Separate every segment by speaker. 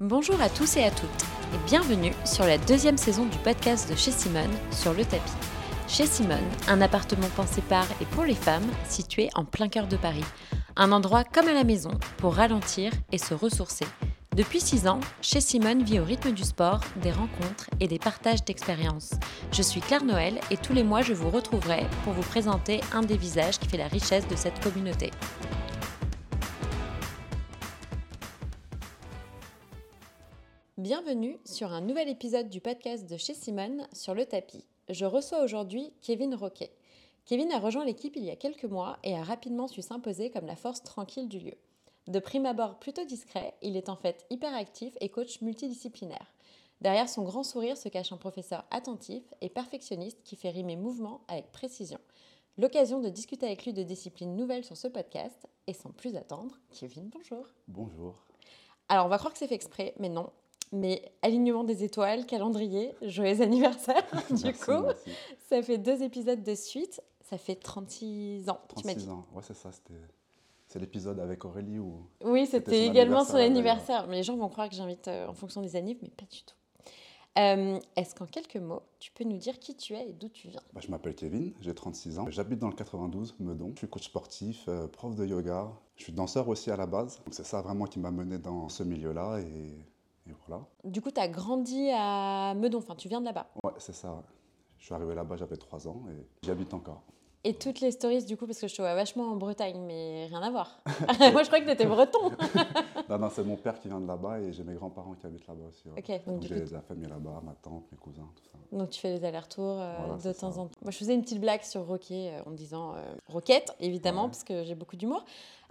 Speaker 1: Bonjour à tous et à toutes et bienvenue sur la deuxième saison du podcast de Chez Simone sur le tapis. Chez Simone, un appartement pensé par et pour les femmes situé en plein cœur de Paris. Un endroit comme à la maison pour ralentir et se ressourcer. Depuis 6 ans, Chez Simone vit au rythme du sport, des rencontres et des partages d'expériences. Je suis Claire Noël et tous les mois je vous retrouverai pour vous présenter un des visages qui fait la richesse de cette communauté. Bienvenue sur un nouvel épisode du podcast de chez Simone sur le tapis. Je reçois aujourd'hui Kevin Roquet. Kevin a rejoint l'équipe il y a quelques mois et a rapidement su s'imposer comme la force tranquille du lieu. De prime abord plutôt discret, il est en fait hyper actif et coach multidisciplinaire. Derrière son grand sourire se cache un professeur attentif et perfectionniste qui fait rimer mouvement avec précision. L'occasion de discuter avec lui de disciplines nouvelles sur ce podcast et sans plus attendre, Kevin, bonjour.
Speaker 2: Bonjour.
Speaker 1: Alors on va croire que c'est fait exprès, mais non, mais alignement des étoiles, calendrier, joyeux anniversaire du
Speaker 2: Merci,
Speaker 1: coup.
Speaker 2: merci.
Speaker 1: Ça fait deux épisodes de suite, ça fait 36 ans, tu m'as
Speaker 2: 36
Speaker 1: dit.
Speaker 2: ans. Ouais, c'est ça. C'était... C'est l'épisode avec Aurélie où.
Speaker 1: Oui,
Speaker 2: C'était
Speaker 1: c'était
Speaker 2: son
Speaker 1: également son
Speaker 2: anniversaire,
Speaker 1: anniversaire. Mais les gens vont croire que j'invite euh, en fonction des annives, mais pas du tout. Euh, Est-ce qu'en quelques mots, tu peux nous dire qui tu es et d'où tu viens
Speaker 2: Bah, je m'appelle Kevin, j'ai 36 ans. J'habite dans le 92, Meudon. Je suis coach sportif, euh, prof de yoga. Je suis danseur aussi à la base. Donc c'est ça vraiment qui m'a mené dans ce milieu-là. Et, et voilà.
Speaker 1: Du coup, tu as grandi à Meudon, enfin, tu viens de là-bas.
Speaker 2: Ouais, c'est ça. ouais. Je suis arrivé là-bas, j'avais 3 ans et j'y habite encore.
Speaker 1: Et toutes les stories, du coup, parce que je te vois vachement en Bretagne, mais rien à voir. Moi, je croyais que tu étais breton.
Speaker 2: non, non, c'est mon père qui vient de là-bas et j'ai mes grands-parents qui habitent là-bas aussi. ouais.
Speaker 1: ok, donc
Speaker 2: Donc
Speaker 1: du
Speaker 2: j'ai
Speaker 1: coup,
Speaker 2: de la famille là-bas, ma tante, mes cousins, tout ça.
Speaker 1: Donc tu fais les allers-retours euh,
Speaker 2: Voilà,
Speaker 1: de
Speaker 2: c'est
Speaker 1: temps
Speaker 2: ça.
Speaker 1: en temps. Moi je faisais une petite blague sur Roquet euh, en disant euh, Roquette, évidemment,
Speaker 2: Ouais.
Speaker 1: parce que j'ai beaucoup d'humour.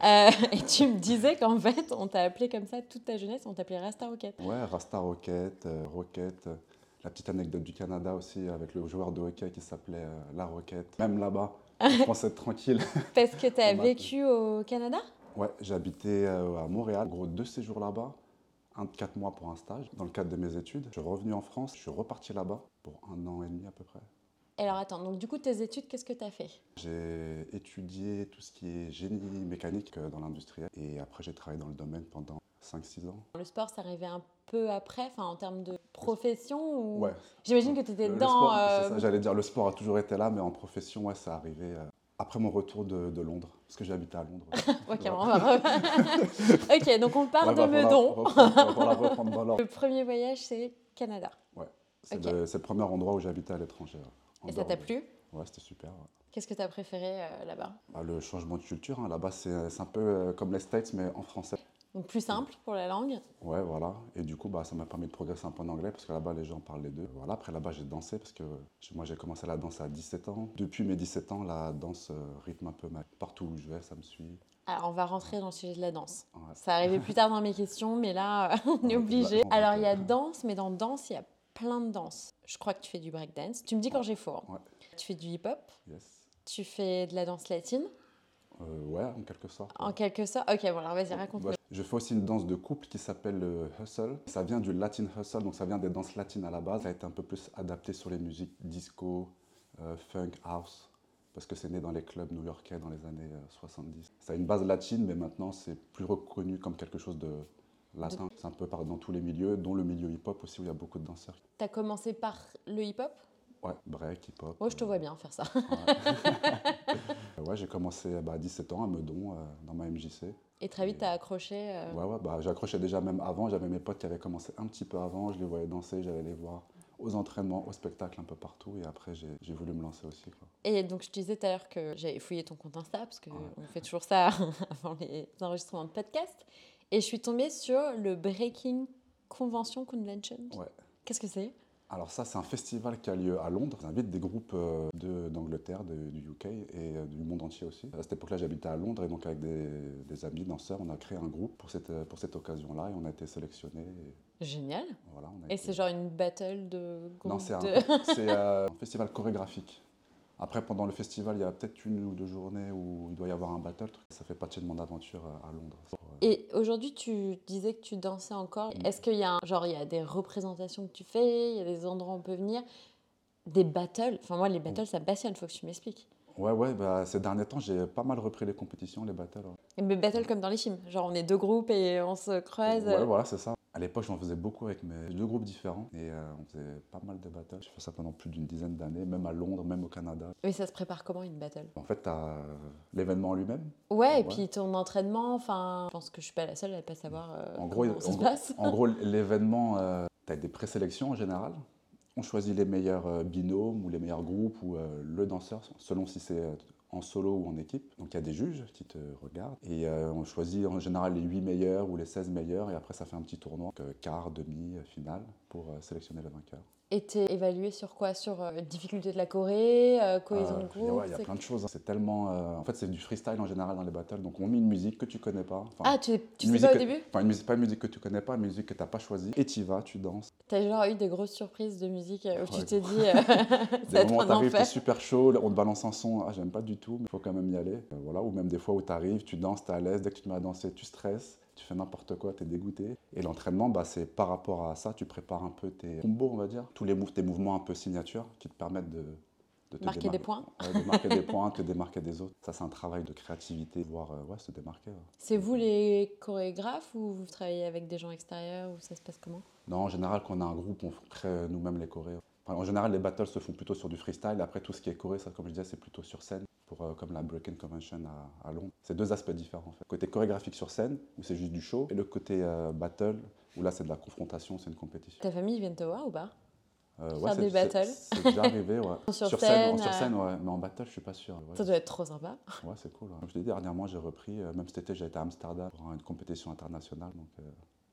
Speaker 1: Euh, et tu me disais qu'en fait on t'a appelé comme ça toute ta jeunesse, on t'appelait Rasta Roquette.
Speaker 2: Ouais, Rasta Rocket, euh, Rocket. euh, La petite anecdote du Canada aussi avec le joueur de hockey qui s'appelait euh, La Rocket. Même là-bas, je pensais être tranquille.
Speaker 1: Parce que tu as
Speaker 2: On m'a-
Speaker 1: vécu au Canada
Speaker 2: Ouais, j'habitais euh, à Montréal. En gros, deux séjours là-bas. Un de quatre mois pour un stage dans le cadre de mes études. Je suis revenu en France, je suis reparti là-bas pour un an et demi à peu près.
Speaker 1: Et Alors attends, donc du coup tes études, qu'est-ce que tu as fait
Speaker 2: J'ai étudié tout ce qui est génie mécanique euh, dans l'industrie et après j'ai travaillé dans le domaine pendant 5-6 ans.
Speaker 1: Le sport ça arrivait un peu après, enfin en termes de profession ou...
Speaker 2: Ouais,
Speaker 1: J'imagine que tu étais
Speaker 2: Le- le
Speaker 1: dans...
Speaker 2: sport,
Speaker 1: euh,
Speaker 2: c'est ça, j'allais dire, le sport a toujours été là, mais en profession, ouais, ça arrivait euh, après mon retour de, de Londres, parce que j'habitais à Londres.
Speaker 1: Ok, on va re- ok, donc on part
Speaker 2: Ouais, bah,
Speaker 1: de
Speaker 2: va falloir
Speaker 1: Meudon.
Speaker 2: reprendre- va falloir reprendre dans l'ordre.
Speaker 1: Le premier voyage c'est Canada.
Speaker 2: C'est
Speaker 1: Ok.
Speaker 2: le, c'est le premier endroit où j'habitais à l'étranger. ouais. En
Speaker 1: Et ça
Speaker 2: dehors
Speaker 1: t'a
Speaker 2: de-
Speaker 1: plu
Speaker 2: Ouais, c'était super. ouais.
Speaker 1: Qu'est-ce que tu as préféré euh, là-bas
Speaker 2: Bah, le changement de culture, hein, là-bas, c'est c'est un peu euh, comme les States, mais en français.
Speaker 1: Donc plus simple pour la langue.
Speaker 2: Ouais, voilà. Et du coup, bah, ça m'a permis de progresser un peu en anglais parce que là-bas, les gens parlent les deux. Voilà, après là-bas, j'ai dansé parce que j'ai- moi, j'ai commencé la danse à 17 ans. Depuis mes 17 ans, la danse euh, rythme un peu ma... Partout où je vais, ça me suit.
Speaker 1: Alors on va rentrer dans le sujet de la danse.
Speaker 2: Ouais.
Speaker 1: Ça arrivait plus tard dans mes questions, mais là euh, on est
Speaker 2: Ouais,
Speaker 1: obligé.
Speaker 2: bah, on
Speaker 1: Alors il y a
Speaker 2: peut.
Speaker 1: danse, mais dans danse il y a plein de danses. Je crois que tu fais du breakdance. Tu me dis quand j'ai faux. hein.
Speaker 2: Ouais.
Speaker 1: Tu fais du hip-hop,
Speaker 2: Yes.
Speaker 1: tu fais de la danse latine,
Speaker 2: Euh, ouais, en quelque sorte.
Speaker 1: en quelque sorte. Ok, bon alors vas-y raconte-nous.
Speaker 2: Ouais. Je fais aussi une danse de couple qui s'appelle le hustle. Ça vient du latin hustle, donc ça vient des danses latines à la base. Ça a été un peu plus adapté sur les musiques disco, euh, funk, house, parce que c'est né dans les clubs new-yorkais dans les années euh, 70. Ça a une base latine, mais maintenant c'est plus reconnu comme quelque chose de latin. C'est un peu par- dans tous les milieux, dont le milieu hip-hop aussi, où il y a beaucoup de danseurs.
Speaker 1: T'as commencé par le hip-hop
Speaker 2: Ouais, break, hip-hop.
Speaker 1: Moi je te
Speaker 2: euh,
Speaker 1: vois bien faire ça.
Speaker 2: Ouais, Ouais, j'ai commencé bah, à 17 ans à Meudon, euh, dans ma MJC.
Speaker 1: Et très vite t'as accroché. euh,
Speaker 2: Ouais, ouais, bah, j'accrochais déjà même avant. J'avais mes potes qui avaient commencé un petit peu avant. Je les voyais danser, j'allais les voir aux entraînements, au spectacle, un peu partout. Et après, j'ai j'ai voulu me lancer aussi. quoi.
Speaker 1: Et donc, je te disais tout à l'heure que j'avais fouillé ton compte Insta, parce qu'on
Speaker 2: Ouais.
Speaker 1: fait toujours ça avant les enregistrements de podcast. Et je suis tombée sur le Breaking Convention Convention.
Speaker 2: Ouais.
Speaker 1: Qu'est-ce que c'est
Speaker 2: Alors ça, c'est un festival qui a lieu à Londres. J'invite des groupes euh, de- d'Angleterre, de- du UK et euh, du monde entier aussi. À cette époque-là, j'habitais à Londres et donc avec des, des amis danseurs, on a créé un groupe pour cette, euh, pour cette occasion-là et on a été sélectionnés. Et,
Speaker 1: Génial.
Speaker 2: voilà, on a
Speaker 1: Et
Speaker 2: été-
Speaker 1: c'est genre une battle de groupes
Speaker 2: Non, c'est un,
Speaker 1: de-
Speaker 2: c'est, euh, un festival chorégraphique. Après, pendant le festival, il y a peut-être une ou deux journées où il doit y avoir un battle. truc. Ça fait partie de mon aventure euh, à Londres. Ouais.
Speaker 1: Et aujourd'hui, tu disais que tu dansais encore.
Speaker 2: Mm.
Speaker 1: Est-ce qu'il y a un- genre il y a des représentations que tu fais, il y a des endroits où on peut venir, des battles. Enfin moi, les
Speaker 2: Mm.
Speaker 1: battles, ça me passionne. Faut que tu m'expliques.
Speaker 2: Ouais, ouais, bah, ces derniers temps, j'ai pas mal repris les compétitions, les battles. hein. ouais.
Speaker 1: Mais battles comme dans les films. Genre on est deux groupes et on se creuse.
Speaker 2: Ouais, voilà, c'est ça. À l'époque, j'en faisais beaucoup avec mes deux groupes différents et euh, on faisait pas mal de battles. J'ai fait ça pendant plus d'une dizaine d'années, même à Londres, même au Canada.
Speaker 1: Mais ça se prépare comment une battle
Speaker 2: En fait, t'as euh, l'événement en lui-même.
Speaker 1: Ouais, et
Speaker 2: Ouais.
Speaker 1: puis ton entraînement, enfin, je pense que je suis pas la seule à pas savoir euh,
Speaker 2: En gros,
Speaker 1: comment
Speaker 2: il-
Speaker 1: ça
Speaker 2: en
Speaker 1: se
Speaker 2: gros-
Speaker 1: passe.
Speaker 2: En gros, l'événement, euh, t'as des présélections en général. On choisit les meilleurs euh, binômes ou les meilleurs groupes ou euh, le danseur, selon si c'est euh, en solo ou en équipe. Donc il y a des juges qui te regardent et euh, on choisit en général les 8 meilleurs ou les 16 meilleurs et après ça fait un petit tournoi, donc, euh, quart, demi, euh, finale pour euh, sélectionner le vainqueur.
Speaker 1: Et t'es évalué sur quoi Sur euh, difficulté de la Corée, euh, cohésion de
Speaker 2: Euh, il y a-
Speaker 1: groupe
Speaker 2: ouais, il y a
Speaker 1: c'est-
Speaker 2: plein de choses. C'est tellement. euh, en fait, c'est du freestyle en général dans les battles. Donc on met une musique que tu connais pas. Enfin,
Speaker 1: Ah, tu, tu
Speaker 2: une
Speaker 1: sais pas au
Speaker 2: musique que-
Speaker 1: début
Speaker 2: Enfin, une musique, pas une musique que tu connais pas, une musique que t'as pas choisie. Et t'y vas, tu danses.
Speaker 1: T'as genre eu des grosses surprises de musique euh, où tu
Speaker 2: Ouais.
Speaker 1: t'es dit euh, ça va
Speaker 2: Des
Speaker 1: être
Speaker 2: moments où
Speaker 1: un
Speaker 2: t'arrives, t'es
Speaker 1: enfer.
Speaker 2: super chaud, on te balance un son, ah j'aime pas du tout, mais faut quand même y aller. Euh, voilà, ou même des fois où t'arrives, tu danses, t'es à l'aise, dès que tu te mets à danser, tu stresses, tu fais n'importe quoi, t'es dégoûté. Et l'entraînement, bah, c'est par rapport à ça, tu prépares un peu tes combos, on va dire, tous les moves, tes mouvements un peu signatures qui te permettent de, de te
Speaker 1: Marquer des
Speaker 2: démarquer.
Speaker 1: points.
Speaker 2: Ouais, de marquer des points, te démarquer des autres. Ça, c'est un travail de créativité, voir euh, ouais, se démarquer. ouais.
Speaker 1: C'est vous les chorégraphes ou vous travaillez avec des gens extérieurs ou ça se passe comment
Speaker 2: Non, en général, quand on a un groupe, on crée nous-mêmes les chorés. Enfin, en général, les battles se font plutôt sur du freestyle. et Après, tout ce qui est choré, ça, comme je disais, c'est plutôt sur scène, pour, euh, comme la Breaking Convention à, à Londres. C'est deux aspects différents, en fait. Côté chorégraphique sur scène, où c'est juste du show, et le côté euh, battle, où là, c'est de la confrontation, c'est une compétition.
Speaker 1: Ta famille vient te voir ou pas
Speaker 2: Euh,
Speaker 1: Faire
Speaker 2: c'est-
Speaker 1: des
Speaker 2: c'est-
Speaker 1: battles.
Speaker 2: C'est déjà arrivé, ouais.
Speaker 1: Sur
Speaker 2: en-
Speaker 1: scène,
Speaker 2: sur
Speaker 1: euh.
Speaker 2: scène, ouais. Mais en battle, je suis pas sûr. ouais.
Speaker 1: Ça doit être trop sympa.
Speaker 2: Ouais, c'est cool. ouais. Comme je t'ai dit, dernièrement, j'ai repris. euh, Même cet été, j'ai été à Amsterdam pour une compétition internationale. Donc, euh,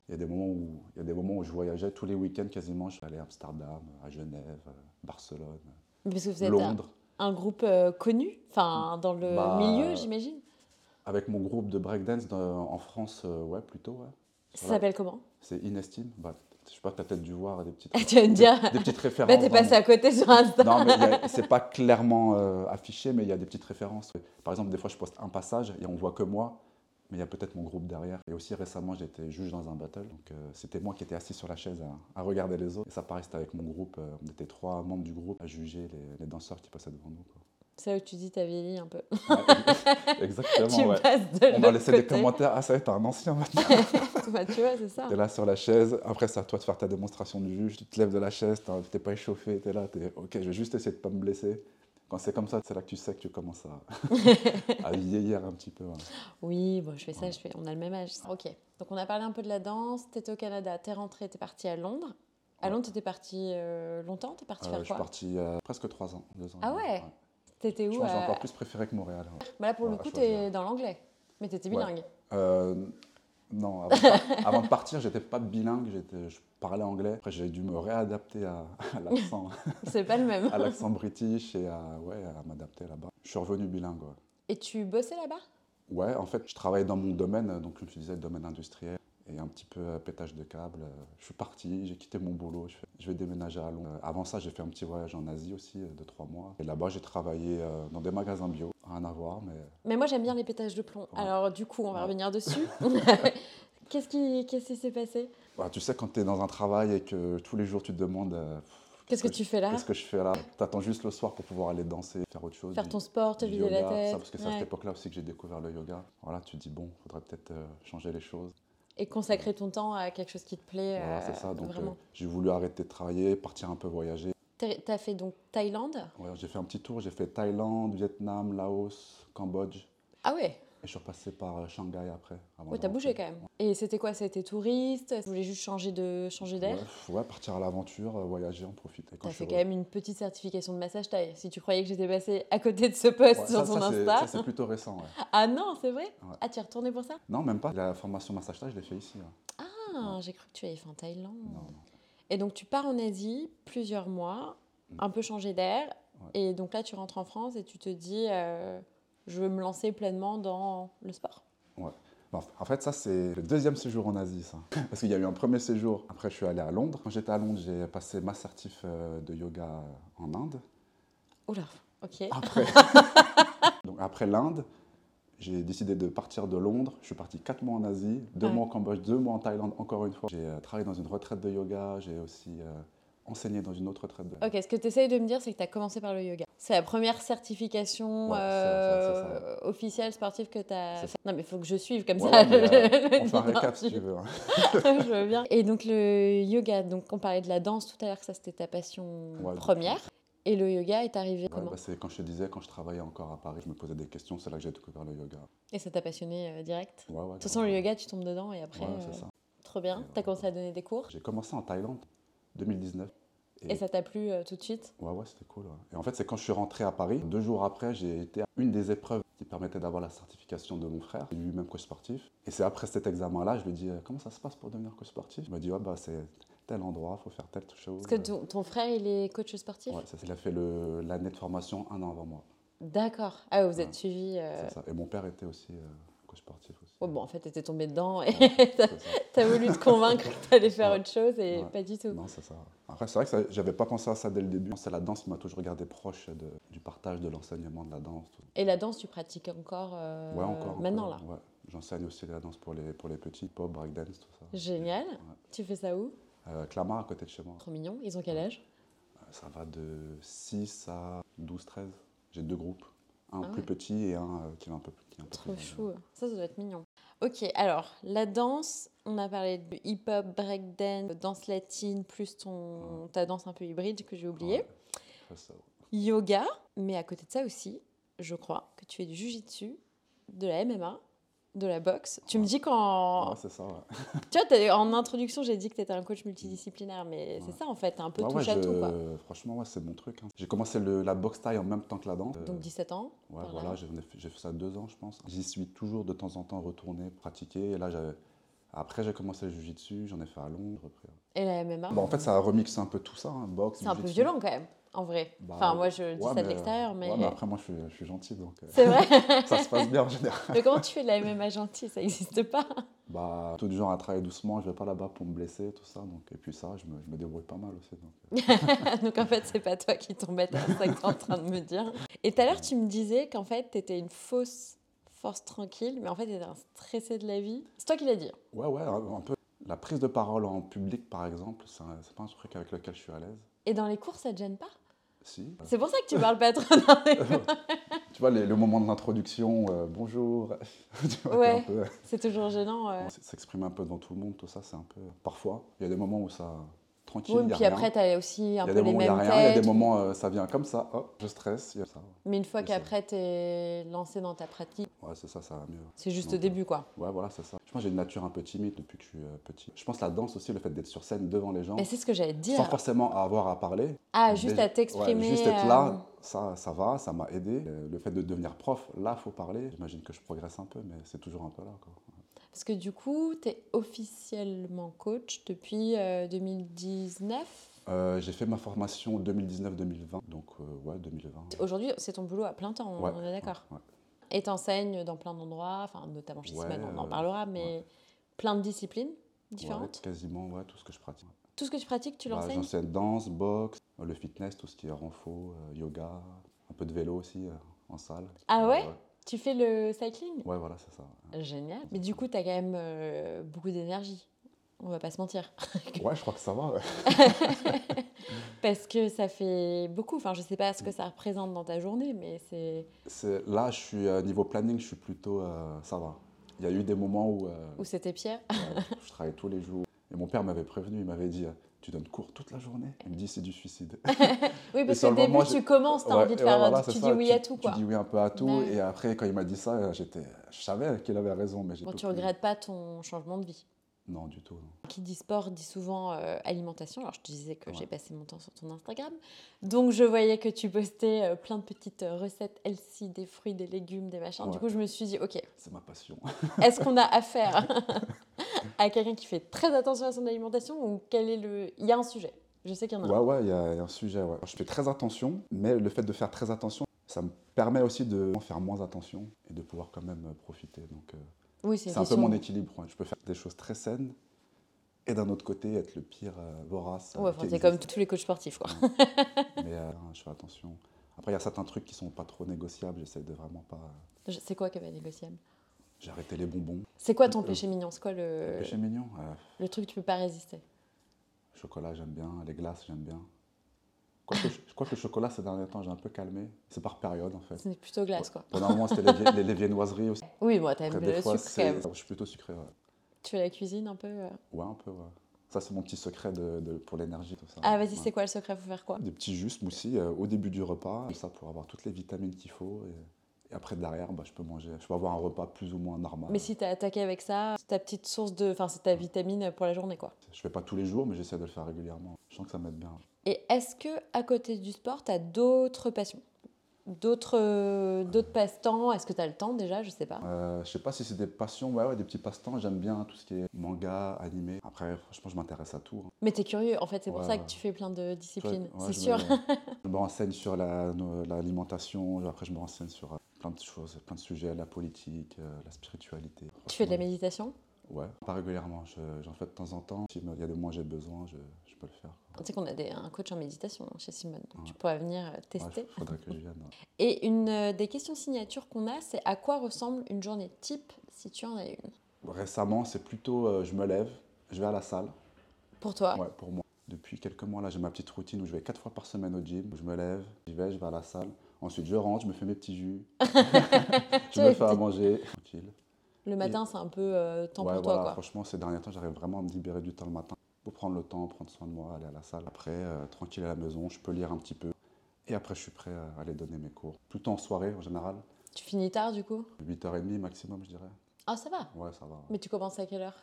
Speaker 2: il y a des moments où il y a des moments où je voyageais tous les week-ends quasiment. Je suis allé à Amsterdam, à Genève, euh, Barcelone,
Speaker 1: Mais Parce que vous êtes un,
Speaker 2: Londres.
Speaker 1: un groupe euh, connu, enfin dans le
Speaker 2: Bah,
Speaker 1: milieu, j'imagine.
Speaker 2: Avec mon groupe de breakdance dans- en France, euh, ouais, plutôt. ouais.
Speaker 1: Ça
Speaker 2: voilà.
Speaker 1: s'appelle comment
Speaker 2: C'est Inestime. Bah, je sais pas, t'as peut-être dû voir des petites,
Speaker 1: Tu vas me
Speaker 2: des,
Speaker 1: dire,
Speaker 2: des petites références.
Speaker 1: là Bah, t'es
Speaker 2: dans
Speaker 1: passé à côté sur Insta.
Speaker 2: Non, mais il y a- c'est pas clairement euh, affiché, mais il y a des petites références. Par exemple, des fois, je poste un passage et on voit que moi, mais il y a peut-être mon groupe derrière. Et aussi, récemment, j'étais juge dans un battle. Donc, euh, c'était moi qui étais assis sur la chaise à, à regarder les autres. Et ça, pareil, c'était avec mon groupe. euh, on était trois membres du groupe à juger les, les danseurs qui passaient devant nous. quoi.
Speaker 1: C'est là où tu dis t'as vieilli un peu.
Speaker 2: Ouais,
Speaker 1: tu
Speaker 2: exactement, ouais.
Speaker 1: passes de
Speaker 2: On
Speaker 1: l'autre
Speaker 2: m'a laissé
Speaker 1: côté.
Speaker 2: des commentaires. Ah, ça va être un ancien maintenant.
Speaker 1: Bah, tu vois, c'est ça.
Speaker 2: T'es là sur la chaise, après c'est à toi de faire ta démonstration du juge, tu te lèves de la chaise, t'as- t'es pas échauffé, t'es là, t'es ok, je vais juste essayer de pas me blesser. Quand c'est comme ça, c'est là que tu sais que tu commences à, à vieillir un petit peu. hein. ouais.
Speaker 1: Oui, bon, je fais ça, je fais... on a le même âge. ça. Ok, donc on a parlé un peu de la danse, t'étais au Canada, t'es rentré, t'es parti à Londres. À
Speaker 2: Ouais.
Speaker 1: Londres, t'étais parti euh, longtemps, t'es parti
Speaker 2: Euh,
Speaker 1: faire
Speaker 2: je suis
Speaker 1: quoi
Speaker 2: parti euh, presque 3 ans, 2 ans.
Speaker 1: Ah ouais euh, T'étais
Speaker 2: Je
Speaker 1: où
Speaker 2: pense que j'ai
Speaker 1: à-
Speaker 2: encore plus préféré que Montréal. ouais.
Speaker 1: Bah là, pour le
Speaker 2: Ouais,
Speaker 1: coup,
Speaker 2: je choisis,
Speaker 1: t'es
Speaker 2: ouais.
Speaker 1: dans l'anglais, mais t'étais
Speaker 2: Ouais.
Speaker 1: bilingue.
Speaker 2: Euh, non, avant de, avant de partir, j'étais pas bilingue, j'étais- je parlais anglais. Après, j'ai dû me réadapter à, à l'accent,
Speaker 1: C'est pas le même.
Speaker 2: à l'accent british et à, ouais, à m'adapter là-bas. Je suis revenu bilingue. ouais.
Speaker 1: Et tu bossais là-bas
Speaker 2: Ouais, en fait, je travaille dans mon domaine, euh, donc comme tu disais, le domaine industriel, et un petit peu euh, pétage de câble. euh, Je suis parti, j'ai quitté mon boulot, je, fais- je vais déménager à Londres. Euh, Avant ça, j'ai fait un petit voyage en Asie aussi, euh, de trois mois. Et là-bas, j'ai travaillé euh, dans des magasins bio, rien à voir, mais
Speaker 1: Mais moi, j'aime bien les pétages de plomb.
Speaker 2: Ouais.
Speaker 1: Alors, du coup, on va
Speaker 2: Ouais.
Speaker 1: revenir dessus. Qu'est-ce qui qu'est-ce qui s'est passé
Speaker 2: Bah, tu sais, quand tu es dans un travail et que tous les jours, tu te demandes euh, Pff,
Speaker 1: Qu'est-ce que tu fais là
Speaker 2: qu'est-ce que je fais là, t'attends juste le soir pour pouvoir aller danser, faire autre chose.
Speaker 1: Faire
Speaker 2: du-
Speaker 1: ton sport, te
Speaker 2: du
Speaker 1: vider la
Speaker 2: yoga,
Speaker 1: tête.
Speaker 2: ça, parce que c'est à
Speaker 1: ouais.
Speaker 2: cette époque-là aussi que j'ai découvert le yoga. Voilà, tu te dis, bon, faudrait peut-être euh, changer les choses.
Speaker 1: Et consacrer ton temps à quelque chose qui te plaît.
Speaker 2: Voilà,
Speaker 1: euh,
Speaker 2: c'est ça. Donc,
Speaker 1: vraiment.
Speaker 2: euh, j'ai voulu arrêter de travailler, partir un peu voyager.
Speaker 1: T'as- T'as fait donc Thaïlande
Speaker 2: Ouais, j'ai fait un petit tour. J'ai fait Thaïlande, Vietnam, Laos, Cambodge.
Speaker 1: Ah ouais,
Speaker 2: Et je suis repassé par euh, Shanghai après. avant
Speaker 1: ouais
Speaker 2: de
Speaker 1: t'as bougé
Speaker 2: rentrer.
Speaker 1: quand même. Et c'était quoi C'était touriste Tu voulais juste changer de changer d'air
Speaker 2: Ouais, pff, ouais, partir à l'aventure, euh, voyager, en profiter. Et quand
Speaker 1: T'as
Speaker 2: je
Speaker 1: fait
Speaker 2: suis
Speaker 1: quand même une petite certification de massage taille. Si tu croyais que j'étais passée à côté de ce poste
Speaker 2: re- Ouais,
Speaker 1: sur
Speaker 2: ça,
Speaker 1: ton
Speaker 2: ça, c'est-
Speaker 1: Insta.
Speaker 2: ça, c'est plutôt récent. ouais.
Speaker 1: Ah non, c'est vrai
Speaker 2: Ouais.
Speaker 1: Ah, tu es retourné pour ça
Speaker 2: Non, même pas. La formation massage là, je l'ai fait ici. ouais.
Speaker 1: Ah, j'ai cru que tu avais fait en Thaïlande.
Speaker 2: Non, non.
Speaker 1: Et donc tu pars en Asie plusieurs mois,
Speaker 2: Mm.
Speaker 1: un peu changer d'air.
Speaker 2: Ouais.
Speaker 1: Et donc là, tu rentres en France et tu te dis, euh, je veux me lancer pleinement dans le sport.
Speaker 2: Bon, en fait, ça, c'est le deuxième séjour en Asie, ça. Parce qu'il y a eu un premier séjour, après, je suis allé à Londres. Quand j'étais à Londres, j'ai passé ma certif euh, de yoga euh, en Inde.
Speaker 1: Oula, ok.
Speaker 2: Après, Donc, après l'Inde, j'ai décidé de partir de Londres. Je suis parti 4 mois en Asie, 2
Speaker 1: Ouais.
Speaker 2: mois au Cambodge, 2 mois en Thaïlande, encore une fois. J'ai euh, travaillé dans une retraite de yoga, j'ai aussi euh, enseigné dans une autre retraite de
Speaker 1: Ok, ce que tu essayes de me dire, c'est que tu as commencé par le yoga. C'est la première certification
Speaker 2: Ouais, c'est ça, c'est ça,
Speaker 1: euh, officiel sportif que tu as
Speaker 2: C'est
Speaker 1: fait. Non, mais il faut que je suive comme
Speaker 2: Ouais,
Speaker 1: ça.
Speaker 2: ouais, mais, euh,
Speaker 1: le- le
Speaker 2: on fait un
Speaker 1: dis-donc.
Speaker 2: récap si tu veux. hein.
Speaker 1: je veux bien. Et donc le yoga, donc on parlait de la danse tout à l'heure, que ça c'était ta passion
Speaker 2: Ouais, du
Speaker 1: première. Et le yoga est arrivé
Speaker 2: Ouais,
Speaker 1: comment
Speaker 2: bah, c'est quand je te disais, quand je travaillais encore à Paris, je me posais des questions, c'est là que j'ai découvert le yoga.
Speaker 1: Et ça t'a passionné euh, direct
Speaker 2: Ouais, ouais,
Speaker 1: De toute façon, le yoga, tu tombes dedans et après,
Speaker 2: Ouais,
Speaker 1: euh,
Speaker 2: c'est ça.
Speaker 1: trop bien.
Speaker 2: Et
Speaker 1: T'as
Speaker 2: ouais.
Speaker 1: commencé à donner des cours
Speaker 2: J'ai commencé en Thaïlande, 2019.
Speaker 1: et, ça t'a plu euh, tout de suite
Speaker 2: Ouais, ouais, c'était cool. ouais. Et en fait, c'est quand je suis rentré à Paris, deux jours après, j'ai été à une des épreuves qui permettait d'avoir la certification de mon frère, lui-même coach sportif. Et c'est après cet examen-là, je lui ai dit, euh, comment ça se passe pour devenir coach sportif Il m'a dit, ouais, bah, c'est tel endroit, faut faire telle chose.
Speaker 1: Parce que ton, ton frère, il est coach sportif
Speaker 2: Ouais, ça, il a fait le- l'année de formation un an avant moi.
Speaker 1: D'accord. Ah, vous êtes
Speaker 2: Ouais.
Speaker 1: suivi. euh,
Speaker 2: C'est ça. Et mon père était aussi euh, coach sportif aussi.
Speaker 1: oh, bon, en fait, t'étais tombé dedans et
Speaker 2: Ouais,
Speaker 1: t'as-
Speaker 2: c'est ça.
Speaker 1: t'as voulu te convaincre que t'allais faire
Speaker 2: Ouais.
Speaker 1: autre chose et
Speaker 2: Ouais.
Speaker 1: pas du tout.
Speaker 2: Non, c'est ça. Après, c'est vrai que ça- j'avais pas pensé à ça dès le début. C'est la danse qui m'a toujours gardé proche de- du partage, de l'enseignement, de la danse. tout.
Speaker 1: Et la danse, tu pratiques encore, euh,
Speaker 2: Ouais, encore.
Speaker 1: maintenant
Speaker 2: encore,
Speaker 1: là
Speaker 2: Ouais. J'enseigne aussi la danse pour les, pour les petits, pop, breakdance, tout ça.
Speaker 1: Génial.
Speaker 2: Ouais.
Speaker 1: Tu fais ça où
Speaker 2: Euh, Clamart, à côté de chez moi.
Speaker 1: Trop mignon. Ils ont quel âge
Speaker 2: Euh, Ça va de 6 à 12, 13. J'ai deux groupes. Un
Speaker 1: Ah
Speaker 2: plus
Speaker 1: ouais.
Speaker 2: petit et un euh, qui est un peu, qui est un peu
Speaker 1: Trop
Speaker 2: plus âgé.
Speaker 1: chou. Ça, ça doit être mignon. Ok, alors, la danse, on a parlé de hip-hop, breakdance, danse latine, plus ton, ta danse un peu hybride que j'ai oubliée.
Speaker 2: Ouais. Hustle.
Speaker 1: Yoga, mais à côté de ça aussi, je crois que tu fais du jujitsu, de la MMA, de la boxe. Tu me dis qu'en...
Speaker 2: Ouais, c'est ça, ouais.
Speaker 1: Tu vois, t'as- en introduction, j'ai dit que tu étais un coach multidisciplinaire, mais
Speaker 2: Ouais. Bah
Speaker 1: c'est ça en fait, t'es un peu
Speaker 2: Ouais, ouais,
Speaker 1: touche à tout.
Speaker 2: je-
Speaker 1: Quoi.
Speaker 2: Franchement, ouais, c'est mon truc. hein. J'ai commencé le- la boxe taille en même temps que la danse. Euh,
Speaker 1: Donc 17 ans,
Speaker 2: Ouais,
Speaker 1: Par là.
Speaker 2: voilà, j'ai j'ai fait ça deux ans, je pense. J'y suis toujours de temps en temps retourné, pratiqué. Et là, j'avais- après, j'ai commencé le jujitsu, j'en ai fait à Londres. Après.
Speaker 1: et la MMA.
Speaker 2: Bon, Bah, en fait, ça remixe un peu tout ça, hein, boxe.
Speaker 1: Oh. c'est un peu
Speaker 2: jiu-jitsu.
Speaker 1: violent quand même, en vrai.
Speaker 2: Bah,
Speaker 1: enfin, moi, je dis
Speaker 2: ouais,
Speaker 1: ça de
Speaker 2: mais-
Speaker 1: l'extérieur, mais...
Speaker 2: Ouais, mais après, moi, je suis, je suis gentil, donc euh,
Speaker 1: C'est vrai
Speaker 2: ça se passe bien en général.
Speaker 1: Mais comment tu fais de la MMA gentille Ça n'existe pas.
Speaker 2: Bah, tout du genre à travailler doucement, je vais pas là-bas pour me blesser, tout ça. Donc, et puis ça, je me, je me débrouille pas mal aussi. donc, euh.
Speaker 1: Donc en fait, c'est pas toi qui tombais, c'est ça que t'es en train de me dire. Et tout à l'heure, tu me disais qu'en fait, t'étais une fausse force tranquille, mais en fait, t'étais un stressé de la vie. C'est toi qui l'as dit.
Speaker 2: Ouais, ouais, un, un peu. La prise de parole en public, par exemple, c'est un- c'est pas un truc avec lequel je suis à l'aise.
Speaker 1: Et dans les cours, ça te gêne pas
Speaker 2: Si.
Speaker 1: C'est pour ça que tu parles pas trop dans les cours.
Speaker 2: tu vois, les- le moment de l'introduction, euh, bonjour. tu vois, t'es
Speaker 1: Ouais.
Speaker 2: un peu-
Speaker 1: C'est toujours gênant. euh.
Speaker 2: S- S'exprimer un peu devant tout le monde, tout ça, c'est un peu. Parfois, il y a des moments où ça. Tranquille,
Speaker 1: Oui,
Speaker 2: il y a
Speaker 1: puis
Speaker 2: rien.
Speaker 1: après, t'as aussi un
Speaker 2: il y a
Speaker 1: peu
Speaker 2: des
Speaker 1: les
Speaker 2: moments où il y a
Speaker 1: mêmes
Speaker 2: rien, il y a
Speaker 1: têtes.
Speaker 2: des moments euh, ça vient comme ça, hop, je stresse, il y a ça.
Speaker 1: Mais une fois
Speaker 2: C'est ça.
Speaker 1: qu'après, t'es lancé dans ta pratique,
Speaker 2: Ouais, c'est ça, ça va mieux.
Speaker 1: c'est juste
Speaker 2: Non,
Speaker 1: au début, quoi.
Speaker 2: Ouais, voilà, c'est ça. Je pense que j'ai une nature un peu timide depuis que je suis euh, petit. Je pense que la danse aussi, le fait d'être sur scène devant les gens,
Speaker 1: Mais c'est ce que j'allais te dire.
Speaker 2: sans forcément avoir à parler.
Speaker 1: Ah, juste
Speaker 2: déjà-
Speaker 1: à
Speaker 2: ouais,
Speaker 1: t'exprimer.
Speaker 2: juste être
Speaker 1: euh,
Speaker 2: là, ça, ça va, ça m'a aidé. Euh, Le fait de devenir prof, là, faut parler. J'imagine que je progresse un peu, mais c'est toujours un peu là, quoi.
Speaker 1: Parce que du coup, tu es officiellement coach depuis euh, 2019.
Speaker 2: Euh, j'ai fait ma formation 2019-2020, donc euh, ouais, 2020.
Speaker 1: Aujourd'hui, c'est ton boulot à plein temps, on
Speaker 2: Ouais,
Speaker 1: on est d'accord.
Speaker 2: ouais, ouais.
Speaker 1: Et tu enseignes dans plein d'endroits, enfin, notamment chez
Speaker 2: Ouais,
Speaker 1: Sisman, on en
Speaker 2: euh,
Speaker 1: parlera, mais
Speaker 2: ouais.
Speaker 1: plein de disciplines
Speaker 2: Ouais,
Speaker 1: différentes.
Speaker 2: Quasiment, ouais, tout ce que je pratique.
Speaker 1: Tout ce que tu pratiques, tu
Speaker 2: Bah,
Speaker 1: l'enseignes
Speaker 2: J'enseigne danse, boxe, euh, le fitness, tout ce qui est renfo, euh, yoga, un peu de vélo aussi euh, en salle.
Speaker 1: Ah
Speaker 2: Euh,
Speaker 1: ouais Tu fais le cycling
Speaker 2: Ouais, voilà, c'est ça.
Speaker 1: Génial. Mais du coup, tu as quand même euh, beaucoup d'énergie. On va pas se mentir.
Speaker 2: Ouais, je crois que ça va. ouais.
Speaker 1: Parce que ça fait beaucoup. Enfin, je sais pas ce que ça représente dans ta journée, mais c'est.
Speaker 2: C'est- Là, je suis euh, niveau planning, je suis plutôt. euh, ça va. Il y a eu des moments où euh,
Speaker 1: Ou c'était Pierre
Speaker 2: euh, je travaillais tous les jours. Et mon père m'avait prévenu, il m'avait dit euh, Tu donnes cours toute la journée Il me dit C'est du suicide.
Speaker 1: Oui, parce que
Speaker 2: sur
Speaker 1: au
Speaker 2: le
Speaker 1: début,
Speaker 2: moment, j'ai-
Speaker 1: tu commences, tu as
Speaker 2: Ouais,
Speaker 1: Ah, envie de
Speaker 2: et
Speaker 1: faire.
Speaker 2: ouais, voilà,
Speaker 1: tu
Speaker 2: c'est
Speaker 1: dis
Speaker 2: ça,
Speaker 1: oui à tout, quoi.
Speaker 2: Tu dis oui un peu à tout.
Speaker 1: Ouais.
Speaker 2: Et après, quand il m'a dit ça, euh, j'étais, je savais qu'il avait raison, mais j'ai
Speaker 1: Bon,
Speaker 2: pas
Speaker 1: tu
Speaker 2: pu-
Speaker 1: regrettes pas ton changement de vie.
Speaker 2: Non, du tout. non.
Speaker 1: Qui dit sport dit souvent euh, alimentation. Alors, je te disais que
Speaker 2: Ouais.
Speaker 1: j'ai passé mon temps sur ton Instagram. Donc, je voyais que tu postais euh, plein de petites euh, recettes healthy, des fruits, des légumes, des machins. Du
Speaker 2: Ouais.
Speaker 1: coup, je me suis dit, OK,
Speaker 2: C'est ma passion.
Speaker 1: est-ce qu'on a affaire à quelqu'un qui fait très attention à son alimentation ou quel est le. Il y a un sujet. Je sais qu'il y en a
Speaker 2: Ouais, ouais, il y, a il y a un sujet. ouais. Je fais très attention, mais le fait de faire très attention, ça me permet aussi de faire moins attention et de pouvoir quand même euh, profiter. Donc, euh,
Speaker 1: un. Oui, c'est
Speaker 2: c'est
Speaker 1: une
Speaker 2: un peu
Speaker 1: question.
Speaker 2: mon équilibre. ouais. Je peux faire des choses très saines et d'un autre côté être le pire euh, vorace. euh,
Speaker 1: Ouais, enfin,
Speaker 2: qui
Speaker 1: c'est
Speaker 2: existe.
Speaker 1: comme tous les coachs sportifs, quoi.
Speaker 2: Mais euh, je fais attention. Après, il y a certains trucs qui sont pas trop négociables. J'essaie de vraiment pas.
Speaker 1: Je- C'est quoi qui va négociable
Speaker 2: J'ai arrêté les bonbons.
Speaker 1: C'est quoi ton
Speaker 2: Euh,
Speaker 1: péché mignon C'est quoi le,
Speaker 2: Péché mignon. euh,
Speaker 1: le truc que tu peux pas résister
Speaker 2: chocolat, j'aime bien. Les glaces, j'aime bien. Quoique, je crois que le chocolat, ces derniers temps, j'ai un peu calmé. C'est par période, en fait.
Speaker 1: C'est plutôt glace, quoi.
Speaker 2: Pendant un moment, c'était les, vie- les- les viennoiseries aussi.
Speaker 1: Oui, moi, t'aimes
Speaker 2: Après,
Speaker 1: le
Speaker 2: des fois,
Speaker 1: sucre quand même.
Speaker 2: c'est- je suis plutôt sucré. Ouais,
Speaker 1: Tu fais la cuisine un peu. euh.
Speaker 2: Ouais, un peu, ouais. Ça, c'est mon petit secret de, de- pour l'énergie, tout ça.
Speaker 1: Ah, vas-y,
Speaker 2: Ouais.
Speaker 1: c'est quoi le secret Faut faire quoi
Speaker 2: Des petits jus smoothies euh, au début du repas, comme ça, pour avoir toutes les vitamines qu'il faut. Et, et après, derrière, bah, je peux manger. Je peux avoir un repas plus ou moins normal.
Speaker 1: Mais si t'es attaqué avec ça, c'est ta petite source de. Enfin, c'est ta vitamine pour la journée, quoi.
Speaker 2: Je fais pas tous les jours, mais j'essaie de le faire régulièrement. Je sens que ça m'aide bien.
Speaker 1: Et est-ce que, à côté du sport, t'as d'autres passions D'autres euh, d'autres passe-temps Est-ce que t'as le temps déjà Je sais pas.
Speaker 2: Euh, je sais pas si c'est des passions, ouais, ouais, des petits passe-temps. J'aime bien tout ce qui est manga, animé. Après, franchement, je m'intéresse à tout. hein.
Speaker 1: Mais t'es curieux, en fait, c'est pour
Speaker 2: Ouais,
Speaker 1: ça
Speaker 2: ouais.
Speaker 1: que tu fais plein de
Speaker 2: Tu vois,
Speaker 1: disciplines.
Speaker 2: ouais,
Speaker 1: c'est
Speaker 2: je
Speaker 1: sûr.
Speaker 2: me- je me renseigne sur la- no- l'alimentation, après je me renseigne sur euh, plein de choses, plein de sujets, la politique, euh, la spiritualité.
Speaker 1: tu fais de la
Speaker 2: Franchement,
Speaker 1: méditation
Speaker 2: Ouais, pas régulièrement, je- j'en fais de temps en temps. S'il me- il y a des mois j'ai besoin, je, je peux le faire. quoi.
Speaker 1: Tu sais qu'on a des- un coach en méditation chez Simone. donc Tu
Speaker 2: Ouais.
Speaker 1: pourrais venir euh,
Speaker 2: Ouais,
Speaker 1: tester.
Speaker 2: f- faudrait que je vienne. ouais.
Speaker 1: Et une euh, des questions signatures qu'on a, c'est à quoi ressemble une journée type si tu en as une
Speaker 2: Récemment, c'est plutôt euh, je me lève, je vais à la salle,
Speaker 1: Pour toi
Speaker 2: Ouais, pour moi. Depuis quelques mois, là, j'ai ma petite routine où je vais quatre fois par semaine au gym. où Je me lève, j'y vais, je vais à la salle. Ensuite, je rentre, je me fais mes petits jus. je
Speaker 1: Ouais,
Speaker 2: me fais à
Speaker 1: petit-
Speaker 2: manger. Tranquille.
Speaker 1: Le matin, c'est un peu euh, temps
Speaker 2: ouais,
Speaker 1: pour
Speaker 2: voilà.
Speaker 1: toi, quoi.
Speaker 2: Franchement, ces derniers temps, j'arrive vraiment à me libérer du temps le matin pour prendre le temps, prendre soin de moi, aller à la salle. Après, euh, tranquille à la maison, je peux lire un petit peu. Et après, je suis prêt à aller donner mes cours. Plutôt en soirée, en général.
Speaker 1: Tu finis tard, du coup
Speaker 2: 8h30 maximum, je dirais.
Speaker 1: Ah, ça va.
Speaker 2: Ouais, ça va.
Speaker 1: Mais tu commences à quelle heure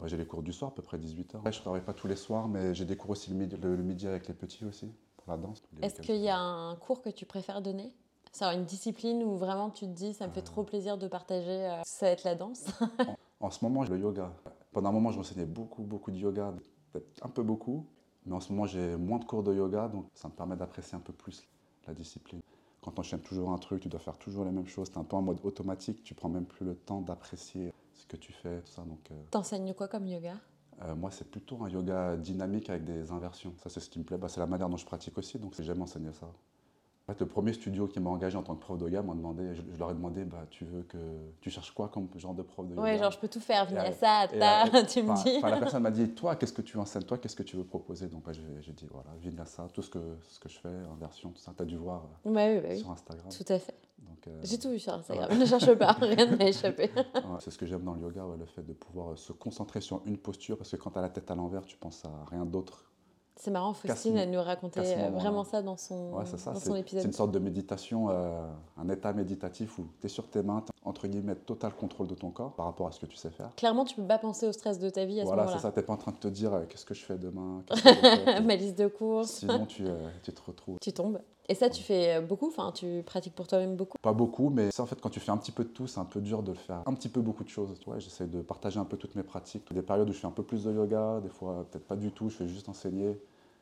Speaker 2: Ouais, j'ai les cours du soir, à peu près 18h. Après, je travaille pas tous les soirs, mais j'ai des cours aussi le midi, le- le midi avec les petits aussi, pour la danse. les
Speaker 1: Est-ce
Speaker 2: week-ends.
Speaker 1: qu'il y a un cours que tu préfères donner C'est une discipline où vraiment tu te dis, ça me fait
Speaker 2: Euh.
Speaker 1: trop plaisir de partager, euh, ça va être la danse.
Speaker 2: En ce moment, le yoga. Pendant un moment, je m'enseignais beaucoup, beaucoup de yoga, peut-être un peu beaucoup. Mais en ce moment, j'ai moins de cours de yoga, donc ça me permet d'apprécier un peu plus la discipline. Quand on enchaîne toujours un truc, tu dois faire toujours les mêmes choses. T'es un peu en mode automatique, tu prends même plus le temps d'apprécier ce que tu fais, tout ça. Donc, euh,
Speaker 1: T'enseignes quoi comme yoga
Speaker 2: euh, moi, c'est plutôt un yoga dynamique avec des inversions. Ça, c'est ce qui me plaît. Bah, c'est la manière dont je pratique aussi, donc j'aime enseigner ça. En fait, le premier studio qui m'a engagé en tant que prof de yoga m'a demandé, je, je leur ai demandé, bah, tu veux que, tu cherches quoi comme genre de prof de yoga
Speaker 1: Ouais, genre je peux tout faire, vinyasa,
Speaker 2: et
Speaker 1: ta, tu me
Speaker 2: Enfin,
Speaker 1: dis.
Speaker 2: enfin, la personne m'a dit, toi, qu'est-ce que tu enseignes Toi, qu'est-ce que tu veux proposer Donc, bah, j'ai j'ai dit, voilà, Vinyasa, tout ce que, ce que je fais, inversion, tout ça. Tu as dû voir euh,
Speaker 1: Ouais, oui, bah oui,
Speaker 2: sur Instagram.
Speaker 1: tout à fait.
Speaker 2: Donc, euh,
Speaker 1: J'ai tout vu sur Instagram, ne cherche pas, rien ne m'a échappé.
Speaker 2: ouais, c'est ce que j'aime dans le yoga, ouais, le fait de pouvoir euh, se concentrer sur une posture, parce que quand tu as la tête à l'envers, tu penses à rien d'autre.
Speaker 1: C'est marrant, Faustine,
Speaker 2: Casse-mou-
Speaker 1: elle nous racontait
Speaker 2: casse-moment,
Speaker 1: euh, vraiment
Speaker 2: hein.
Speaker 1: ça dans son,
Speaker 2: Ouais, c'est ça.
Speaker 1: dans
Speaker 2: C'est
Speaker 1: son
Speaker 2: c'est
Speaker 1: épisode.
Speaker 2: une sorte de méditation, euh, un état méditatif où tu es sur tes mains, t'as, entre guillemets, total contrôle de ton corps par rapport à ce que tu sais faire.
Speaker 1: Clairement, tu peux pas penser au stress de ta vie à
Speaker 2: Voilà,
Speaker 1: ce
Speaker 2: c'est ça.
Speaker 1: moment-là.
Speaker 2: Tu pas en train de te dire, euh, qu'est-ce que je fais demain Qu'est-ce que je fais
Speaker 1: Ma liste de courses,
Speaker 2: Sinon, tu, euh, tu te retrouves.
Speaker 1: tu tombes. Et ça, tu fais euh, beaucoup, enfin, tu pratiques pour toi-même beaucoup.
Speaker 2: Pas beaucoup, mais ça en fait quand tu fais un petit peu de tout, c'est un peu dur de le faire. Un petit peu beaucoup de choses, tu vois. J'essaie de partager un peu toutes mes pratiques. Des périodes où je fais un peu plus de yoga, des fois peut-être pas du tout, je fais juste enseigner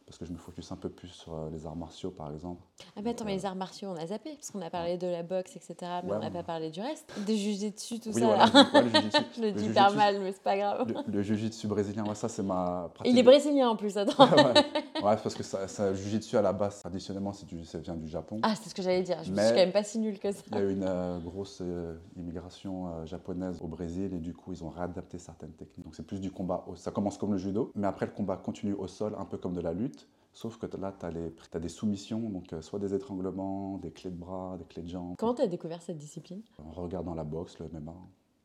Speaker 2: parce que je me focus un peu plus sur euh, les arts martiaux par exemple.
Speaker 1: Ah mais attends, mais
Speaker 2: Euh,
Speaker 1: les arts martiaux, on a zappé, parce qu'on a parlé de la boxe, etc., mais
Speaker 2: Ouais,
Speaker 1: on n'a
Speaker 2: on
Speaker 1: pas
Speaker 2: a-
Speaker 1: parlé du reste. De juger dessus, tout
Speaker 2: Oui,
Speaker 1: ça, là.
Speaker 2: voilà, ju- ouais, le jujitsu.
Speaker 1: Je le dis
Speaker 2: jujitsu-
Speaker 1: hyper mal, mais c'est pas grave.
Speaker 2: Le, le jujitsu brésilien, ouais, ça c'est ma pratique.
Speaker 1: Il est
Speaker 2: de-
Speaker 1: brésilien en plus, attends.
Speaker 2: ouais, Ouais, parce que ça, ça, le jujitsu à la base, traditionnellement, c'est du- ça vient du Japon.
Speaker 1: Ah, c'est ce que j'allais dire, je me
Speaker 2: Mais-
Speaker 1: suis quand même pas si nulle que ça.
Speaker 2: Il y a eu une euh, grosse euh, immigration euh, japonaise au Brésil et du coup ils ont réadapté certaines techniques. Donc c'est plus du combat au Ça commence comme le judo, mais après le combat continue au sol, un peu comme de la lutte. Sauf que t- là, tu as, des soumissions, donc euh, soit des étranglements, des clés de bras, des clés de jambes.
Speaker 1: Comment t'as découvert cette discipline
Speaker 2: En regardant la boxe, le MMA.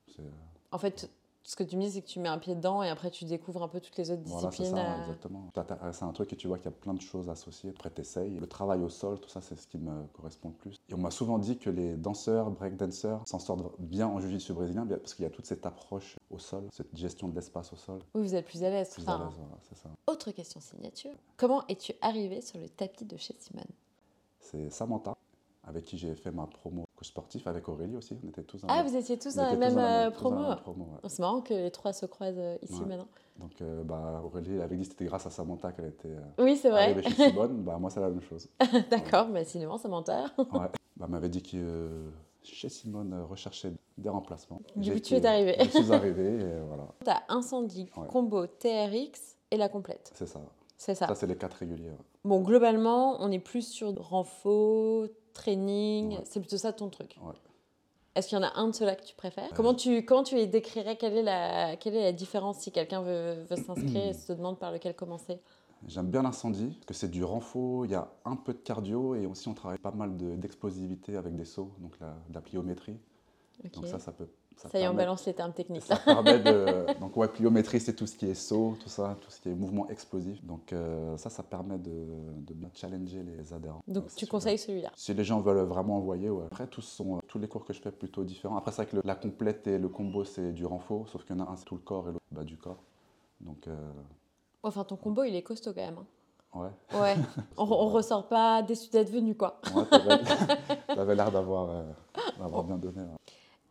Speaker 2: c'est- euh,
Speaker 1: En fait, ce que tu me dis, c'est que tu mets un pied dedans et après tu découvres un peu toutes les autres
Speaker 2: Voilà, c'est
Speaker 1: disciplines.
Speaker 2: ça,
Speaker 1: euh,
Speaker 2: exactement. Tu t'intéresses à un truc et tu vois qu'il y a plein de choses associées. Après, t'essayes. Le travail au sol, tout ça, c'est ce qui me correspond le plus. Et on m'a souvent dit que les danseurs, breakdancers, s'en sortent bien en jiu-jitsu brésilien bien- parce qu'il y a toute cette approche au sol, cette gestion de l'espace au sol.
Speaker 1: Oui, vous êtes plus à l'aise.
Speaker 2: Plus à
Speaker 1: Enfin,
Speaker 2: l'aise, voilà, c'est ça.
Speaker 1: Autre question signature. Comment es-tu arrivé sur le tapis de chez Simone
Speaker 2: C'est Samantha, avec qui j'ai fait ma promo coach sportif, avec Aurélie aussi. On était tous dans
Speaker 1: Ah,
Speaker 2: la-
Speaker 1: vous étiez tous
Speaker 2: on
Speaker 1: dans la
Speaker 2: était
Speaker 1: même
Speaker 2: tous dans
Speaker 1: euh,
Speaker 2: tous dans la
Speaker 1: promo.
Speaker 2: même promo, ouais.
Speaker 1: C'est marrant que les trois se croisent euh, ici
Speaker 2: Ouais.
Speaker 1: maintenant.
Speaker 2: Donc, euh, bah, Aurélie, elle avait dit que c'était grâce à Samantha qu'elle était euh,
Speaker 1: Oui, c'est vrai.
Speaker 2: arrivée chez Simone. Bah, moi, c'est la même chose.
Speaker 1: D'accord, mais sinon, ça m'entend.
Speaker 2: Ouais. Bah, elle m'avait dit que euh, chez Simone euh, recherchait des remplacements.
Speaker 1: Du coup,
Speaker 2: J'ai
Speaker 1: tu
Speaker 2: été- euh,
Speaker 1: es arrivé.
Speaker 2: Je suis arrivé et voilà,
Speaker 1: T'as incendie,
Speaker 2: Ouais.
Speaker 1: combo, TRX et la complète.
Speaker 2: c'est ça.
Speaker 1: C'est ça.
Speaker 2: Ça, c'est les quatre réguliers. ouais.
Speaker 1: Bon, globalement, on est plus sur renfort, training.
Speaker 2: Ouais.
Speaker 1: C'est plutôt ça ton truc.
Speaker 2: Ouais.
Speaker 1: Est-ce qu'il y en a un de ceux-là que tu préfères
Speaker 2: Euh,
Speaker 1: comment, tu, comment tu les décrirais quelle est, la, quelle est la différence si quelqu'un veut, veut s'inscrire et se demande par lequel commencer
Speaker 2: J'aime bien l'incendie, parce que c'est du renfort, il y a un peu de cardio et aussi on travaille pas mal de- d'explosivité avec des sauts, donc la, de la pliométrie.
Speaker 1: Ok.
Speaker 2: Donc ça, ça peut.
Speaker 1: Ça y est, on
Speaker 2: permet-
Speaker 1: balance les termes techniques
Speaker 2: Ça
Speaker 1: là.
Speaker 2: permet de. euh, Donc, ouais, pliométrie, c'est tout ce qui est saut, tout ça, tout ce qui est mouvement explosif. Donc, euh, ça, ça permet de, de bien challenger les adhérents.
Speaker 1: Donc
Speaker 2: c'est
Speaker 1: tu
Speaker 2: super.
Speaker 1: conseilles celui-là.
Speaker 2: Si les gens veulent vraiment envoyer, ouais. Après, tous, sont, euh, tous les cours que je fais plutôt différents. Après, c'est vrai que le- la complète et le combo, c'est du renfort, sauf qu'il y en a un, c'est tout le corps et l'autre, bas du corps. Donc, euh,
Speaker 1: Enfin, ton combo, il est costaud quand même. hein.
Speaker 2: ouais.
Speaker 1: Ouais, on, on ressort pas déçu d'être venu, quoi.
Speaker 2: Ouais, t'avais- T'avais l'air d'avoir euh, d'avoir bien donné. ouais.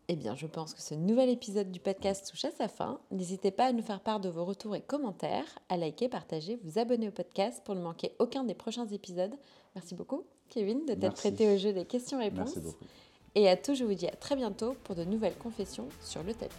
Speaker 1: Eh bien, je pense que ce nouvel épisode du podcast touche à sa fin. N'hésitez pas à nous faire part de vos retours et commentaires, à liker, partager, vous abonner au podcast pour ne manquer aucun des prochains épisodes. Merci beaucoup, Kevin, de t'être
Speaker 2: Merci.
Speaker 1: prêté au jeu des questions-réponses.
Speaker 2: Merci beaucoup.
Speaker 1: Et à tous, je vous dis à très bientôt pour de nouvelles confessions sur le tapis.